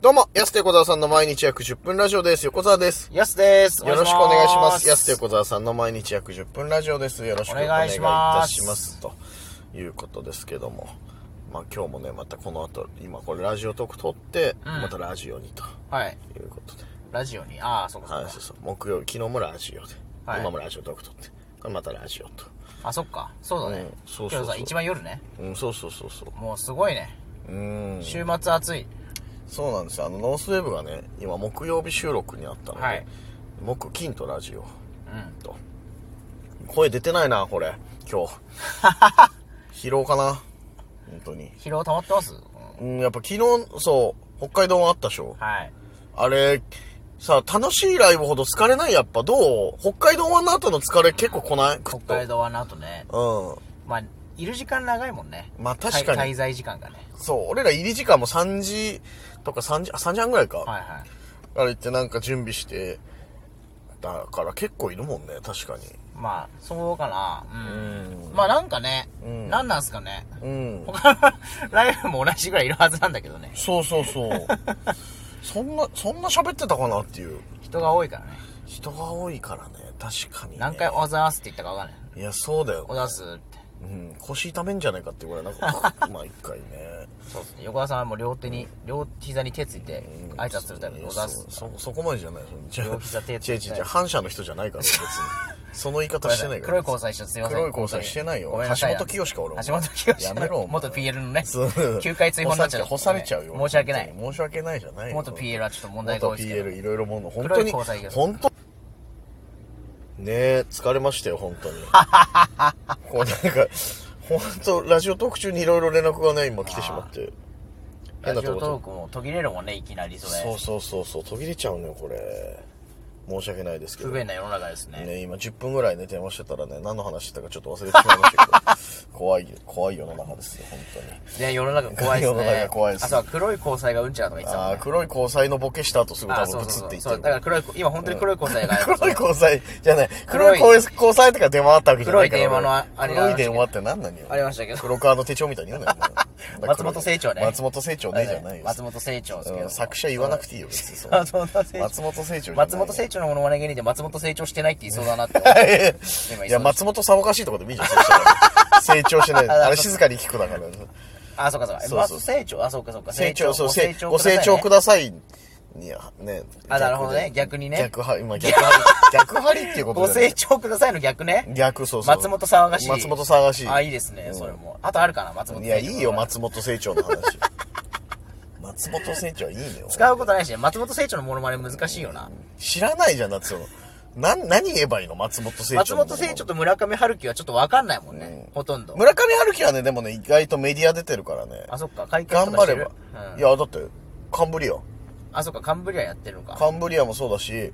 どうも、安手小沢さんの毎日約10分ラジオです。横澤です。やすです。よろしくお願いします。安手よ小沢さんの毎日約10分ラジオです。よろしくおお願願いいいたししまますす。ということですけども。まあ今日もね、またこの後、今これラジオトーク撮って、うんまたラジオにとはい。いうことで。ラジオに。ああ、そっかそはっい、かそう。そう。木曜日、昨日もラジオで。はい今もラジオトーク撮って。これまたラジオと。あ、そっか。そうだうんね。そうそうそう今日さ、一番夜ね。うん、そうそうそうそう。もうすごいね。うーん。週末暑い。そうなんですよ。あの、ノースウェーブがね、今木曜日収録にあったので、はい木、金とラジオ。うん。と声出てないなこれ今 日疲労かな本当に疲労溜まってますうんうんやっぱ昨日そう北海道もあったでしょはい。あれさ楽しいライブほど疲れないやっぱどう北海道湾の後の疲れ結構来ない北北海道はあの後ね。道まあ、いる時間長いもんね。まあ確かに滞滞在時間がね。うんそう俺ら入り時間も3時とか3時あ3時半ぐらいか、はいはい。あれ行ってなんか準備してだから結構いるもんね確かにまあ、そうかな。うん。うまあなんかね、うんなんなんすかね。うん他の ライブも同じぐらいいるはずなんだけどね。そうそうそう そんなそんな喋ってたかなっていう人が多いからね。人が多いからね確かに、ね、何回おざーすって言ったかわかんない。いやそうだよおざーすって。うん、腰痛めんじゃないかってぐらいなん かまあ一回ねそうですね。横田さんはもう両手に、両膝に手ついてうん、挨拶するためにおざす。そうそそこまでじゃないじゃ両膝手違う違う違う反射の人じゃないから別にその言い方してないから黒い交際してすいません。黒い交際してないよごめんなさい橋本清しか俺も橋本清しやめろお前元 PL のね、そう 9回追放になっちゃう。干されちゃうよ申し訳ない。申し訳ないじゃないよ元 PL はちょっと問題が多いですけど元 PL いろいろもの本当に黒い交際が本当ねえ疲れましたよ本当に こうなんか本当ラジオトーク中にいろいろ連絡がね今来てしまって変ラなジとオこトーとクも途切れるもんね、いきなりそそうれ。そうそうそう途切れちゃうのよこれ申し訳ないですけ不ど便な世の中ですね。ね、今10分ぐらいね、電話してたらね、何の話してたかちょっと忘れてしまいましたけど、 怖い、怖い世の中ですよ、本当に。ね、世の中怖いですね。世の中怖いですあ、そう、黒い交際がうんちゃらとか言ってたあもんあ、ね。黒い交際のボケした後すぐ多あ、そ分うブツそっうてそ。いうってるそう、だから黒い、今本当に黒い交際が、黒い交際じゃない黒黒いい交交際とか電話あったわけじゃないから黒い電話のああれが黒い電話って何なのよありましたけど黒川の手帳みたいに言うなよお前 松本清張ね松本清張ねじゃないよ松本清張ですけうど。ん作者言わなくていいよ別にそんな 松本清張。松本清張じゃない松本成長のものまね芸人で松本成長してないって言いそうだな って。今いや松本騒がしいとかでもいいじゃんそしたら成長してない あれ静かに聞くだからあ、そうかそうか。そう松本成長、あ、そうかそうか。成長そう成ごご成長くだださいにはねあなるほどね逆にね逆は今逆張 り逆張りっていうさいねことごじゃない成長くださいの逆ね。逆そうそう松本騒がしい松本騒がしいあ、いいですね、それも。あとあるかな、松本成長いや、いいよ、松本清張の話。 松本清張はいいよ。使うことないしね、松本成長のものまね難しいよな。知らないじゃん、だってその。な、何言えばいいの松本清張。松本成長。と村上春樹はちょっとわかんないもんね。ほとんど。村上春樹はね、でもね、意外とメディア出てるからね。あ、そっか、会見頑とか張してれるば。う。んいや、だって、カンブリア。あ、そっか、カンブリアやってるのか。カンブリアもそうだし、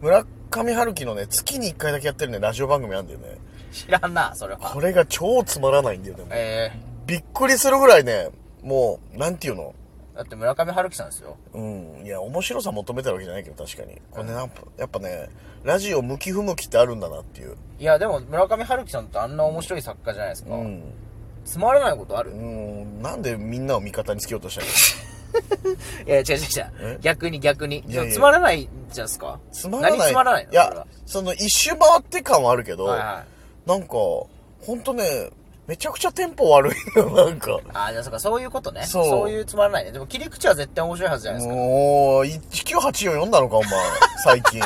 村上春樹のね、月に1回だけやってるね、ラジオ番組あんだよね。知らんな、それは。これが超つまらないんだよ、でも。えびっくりするぐらいね、もう、なんていうのー、だって村上春樹さんですよ。うん、いや面白さ求めてるわけじゃないけど確かにこれねなんかやっぱねラジオ向き不向きってあるんだなっていういや、でも村上春樹さんってあんな面白い作家じゃないですか。うん、つまらないことあるうん、なんでみんなを味方につけようとした のいや、違う違う違う。逆に逆に。いやいやつまらないじゃんすか。つまらない何つまらないのいやその一周回って感はあるけど、それははいはい。なんかほんとねめちゃくちゃテンポ悪いのよ なんかああ、じゃあそうか、そういうことね。そそうう。いうつまらないね。でも切り口は絶対面白いはずじゃないですか。もう1984読んだのかお前最近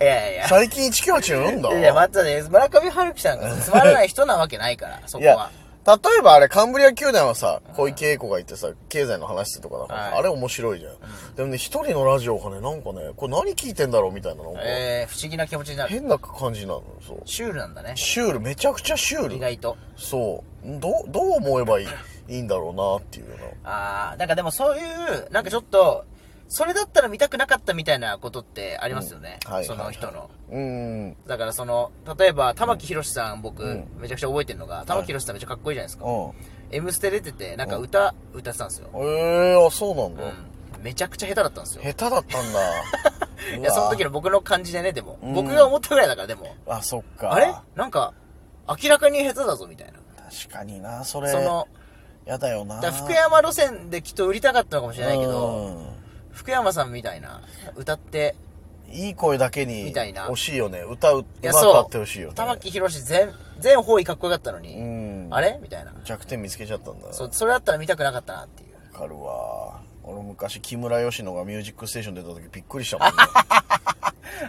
いやいやい最近1984読んだや。いや、待ってね。村上春樹さ んがつまらない人なわけないから、そいこやは。例えばあれカンブリア宮殿はさ小池栄子がいてさ経済の話とかだからさ、はいあれ面白いじゃん、でもね一人のラジオがねなんかねこれ何聞いてんだろうみたいなのが、えー、不思議な気持ちになる。変な感じなのそうシュールなんだね。シュールめちゃくちゃシュ意ール外と。そうどうどう思えばいいいいんだろうなっていうようああ、なんかでもそういう、なんかちょっと、それだったら見たくなかったみたいなことってありますよね。うんはいその人の。なうんだからその、例えば、玉木宏さん、僕、んめちゃくちゃ覚えてるのが、玉木宏さんめっちゃかっこいいじゃないですか。うん M ステ出てて、なんか歌、歌ってたんですよ。えー、あそうなんうだ、ん。めちゃくちゃ下手だったんですよ。下手だったんだ ういや、わその時の僕の感じでね、でもうん。僕が思ったぐらいだから、でも。あそっかあれなんか、明らかに下手だぞ、みたいな。確かになそれその、やだよなだから福山路線できっと売りたかったのかもしれないけど、うん福山さんみたいな、歌って、いい声だけにみたいな惜しいよね歌うういまや、くあそってほしいようね、玉木宏全、全方位かっこよかったのうに、んあれみたいな。弱点見つけちゃったんだそう、それだったら見たくなかったなっていう。わかるわ俺昔木村佳乃が「ミュージックステーション」出た時びっくりしたもんね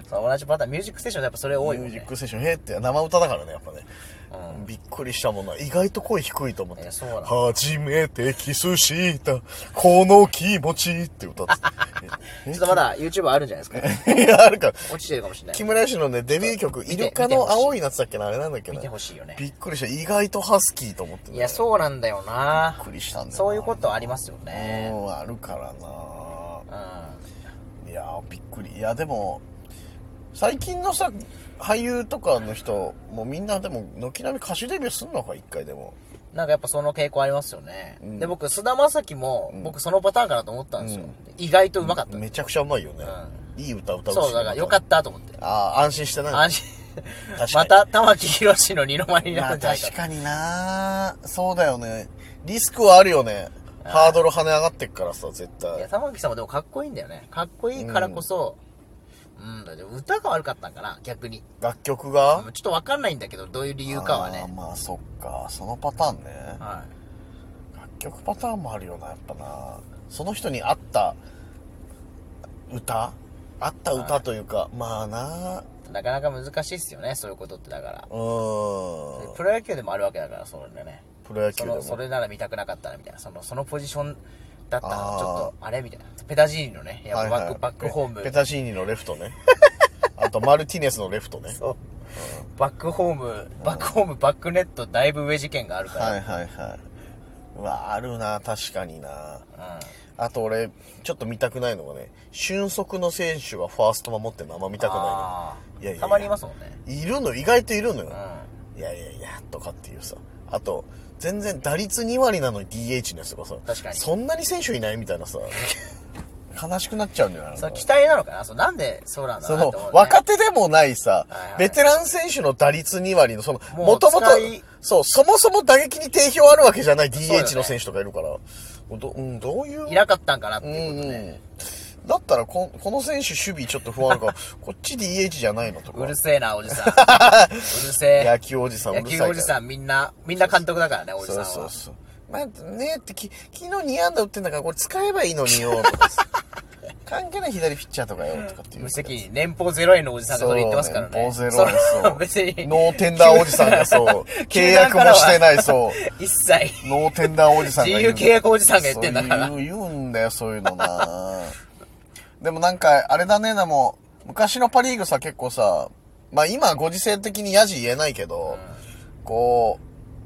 そう同じパターン、ミュージックステーションやっぱそれ 多いもミューんジッね。クステーション、へーって生歌だからね、やっぱね。びっくりしたもんな。意外と声低いと思って。えそうなの初めてキスした、この気持ちって歌って た。ちょっとまだ YouTube あるんじゃないですか。えいや、あるか。落ちてるかもしれな木い。村佳乃のね、デビュー曲、見てイルカの青い夏だっけな、あれなんだっけ見なて。ほしいよね。びっくりした。意外とハスキーと思ってねいや、そうなんだよなびっくりしたんだよなそういうことありますよね。うん、あるからなうん。いやーびっくりいやでも最近のさ俳優とかの人もうみんなでも軒並み歌手デビューすんのか一回でもなんかやっぱその傾向ありますよね。んで、僕、菅田将暉も、僕そのパターンかなと思ったんですよ。うん意外とうまかった。めちゃくちゃうまいよね、いい歌歌うしそう、だからよかったと思って。ああ安心してない安心。確かまにた、玉木宏の二の舞になまるあんじゃないか確かになそうだよねリスクはあるよねハードル跳ね上がってっからさ絶と。いや、対玉木さんもでもかっこいいんだよね。かっこいいからこそ、うん、だって歌が悪かったんかな、逆に。楽曲がちょっとわかんないんだけど、どういう理由かはあーね。まあそっかそのパターンねは。楽曲パターンもあるよなやっぱなその人に合った歌合った歌というか、まあないなかなか難しいっすよね、そういうことってだから。うーんプロ野球でもあるわけだから、そうだね。プロ野球そでのそもれなら見たくなかったなみたいなそのそのポジションだったらちあーょっとあれみたいなペタジーニのねやっぱバック、バックホームペペタジーニのレフト ねあとマルティネスのレフトねそうバックホームバックホームバックネットだいぶ上事件があるから、はいはいはいうわあるな確かになうん、あと俺ちょっと見たくないのがね俊足の選手がファースト守ってるのあんま見たくないのあーいやいやいやたまにいますもんねいるの意外といるのよ、うんいやいやいや、とかっていうさ。あと、全然打率2割なのに DH のやつとかさ。確かにそんなに選手いないみたいな さ。悲しくなっちゃうんじゃないのその期待なのかなそうなんでそうなんだそなのって思う、ね、若手でもないさはいは、いベテラン選手の打率2割の、その、ももうともと使い、そう、そもそも打撃に定評あるわけじゃないよね DH の選手とかいるから、どうん、どういういなかったんかなってうんいううことで、ん。だったらこ、この選手守備ちょっと不安ある から、こっち DH じゃないのとうかる。せえなおじさん うるせえ野球おじさんうる野さい球から。おじさんみんなみんな監督だからねおじさんそうはそうそう。まあ、ねえってき、昨日2安打打ってんだから、これ使えばいいのによ、と かさ関係ない左ピッチャーとかよ、とかっていう。無責任年俸ゼロ円のおじさんがそれ言ってますからねそうね年俸そゼロれ円そう 別にノーテンダーおじさんが そう、契約もしてない、そう。一切、ノーテンダーおじさんが自由契約おじさんが言ってんだからそう言う言うんだよ、そういうのなでもなんか、あれだね、でも、昔のパリーグさ、結構さ、まあ今ご時世的にヤジ言えないけど、こ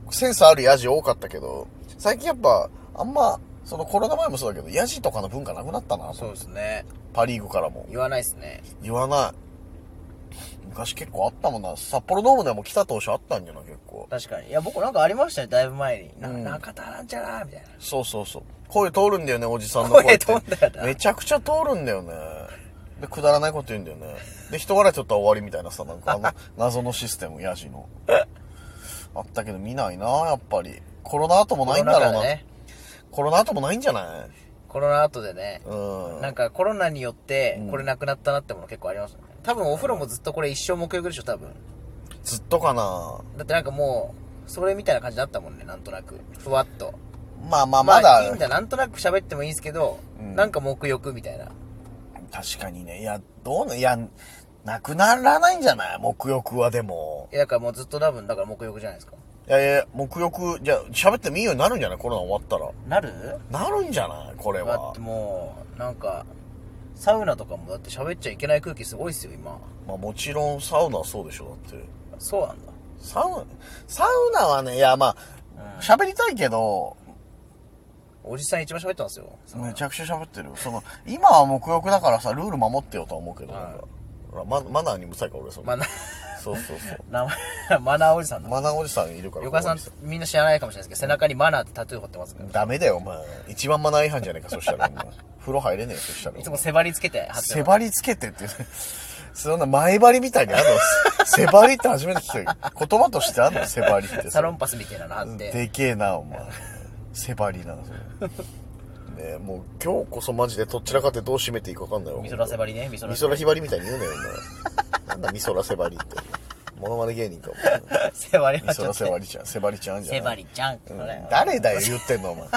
う、センスあるヤジ多かったけど、最近やっぱ、あんま、そのコロナ前もそうだけど、ヤジとかの文化なくなったな、そうですね。パリーグからも。言わないですね。言わない。昔結構あったもんな。札幌ドームでも来た当初あったんじゃない結構。確かに。いや、僕なんかありましたね、だいぶ前に。なうん中田なんちゃらみたいな。そうそうそう。声通るんだよね、おじさんの声って。声通んだよなめちゃくちゃ通るんだよね。で、くだらないこと言うんだよね。で、人笑い取ったら終わりみたいなさ、なんかあ の、謎のシステム、ヤジの。あったけど見ないな、やっぱり。コロナ後もないんだろうコロナな。禍でね。コロナ後もないんじゃないコロナ後でね。うん。なんかコロナによって、これなくなったなってもの結構ありますね。多分お風呂もずっとこれ一生目標でしょ、多分。ずっとかな。だってなんかもう、それみたいな感じだったもんね、なんとなく。ふわっと。まあまあ、まだ、いいんだ、なんとなく喋ってもいいんですけど、なんか目欲みたいな。確かにね。いや、どうな、いや、なくならないんじゃない目欲はでも。いや、だからもうずっと多分、だから目欲じゃないですか。いやいや、目欲、じゃあ喋ってもいいようになるんじゃないコロナ終わったら。なるなるんじゃないこれだはって。もうなんかサウナとかもだって喋っちゃいけない空気すごいっすよ今まあもちろんサウナはそうでしょ、だって。そうなんだサウナ、サウナはね、いやまあ、喋りたいけど、おじさん一番喋ったんですよめちゃくちゃ喋ってるよ。その、今は目欲だからさ、ルール守ってよとは思うけど、はいなんかほらママナーにむさいから俺、そのマナーそうそうそう。名前 マナーおじさんだマナーおじさんいる から。横川さんここみんな知らないかもしれないですけど背中にマナーってタトゥー彫ってますからにダメだよ、お前。一番マナー違反じゃねえか、そしたら。お前風呂入れねえよ、そしたら。いつも背張りつけて貼って背張りつけてって、そんな前張りみたいにあるの背張りって初めて聞いたよ。言葉としてあるの背張りって。サロンパスみたいなの貼ってでけえな、お前。セバリーなのそれねえもう今日こそマジでどちらかってどう締めていいか分かんないわ美空セバリね、美空美空ひばりみたいに言うなよお前なんだ美空セバリってモノマネ芸人かお前 セバリ美はちょ空っセバと。リちゃんセバリちゃんじゃなセいバリちゃん。そうんれ誰だよ言ってんのお 前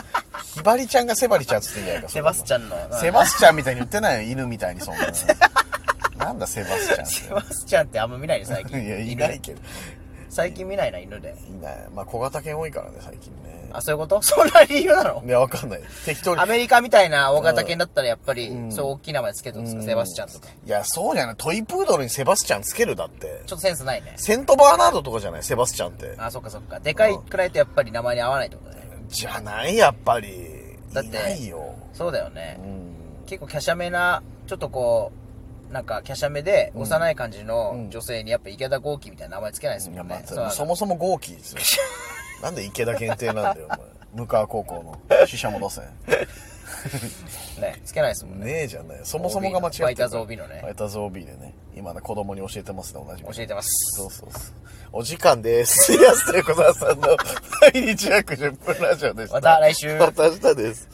ひばりちゃんがセバリちゃんっつってんじゃないかそセんなバスチャンの。うんセバスチャンみたいに言ってないよ犬みたいにそんな なんだセバスチャンってセバスチャンってあんま 見ないね、最近。いや、いないけど。犬最近見ないな、犬で。いない。まあ、小型犬多いからね、最近ね。あ、そういうこと そんな理由なのいや、わかんない。適当に。アメリカみたいな大型犬だったらやっぱり、んそう大きい名前つけてるんですか、セバスチャンとか。いや、そうじゃない。トイプードルにセバスチャンつけるだって。ちょっとセンスないね。セントバーナードとかじゃないセバスチャンって。あ、そっかそっか。でかいくらいとやっぱり名前に合わないってことだね。じゃない、やっぱり。だっていないよ。そうだよね。うん。結構華奢めな、ちょっとこう、なんか華奢めで幼い感じうのん女性にやっぱ池田豪輝みたいな名前つけないですいもや、んまね。あ、そそうなんだもそも豪輝 ですよ。なんで池田限定なんだよ、お前。向川高校の死者も出せね、つけないですもんん。ね。ねえじゃ ない。そもそもが間違ってる。ファイターズ OB のねファイターズ OB でね。今ね、子供に教えてますね、同じこと教えてます。そうそうそう。お時間です。 安田横澤さんの毎日約10分ラジオでした。また来週また明日です。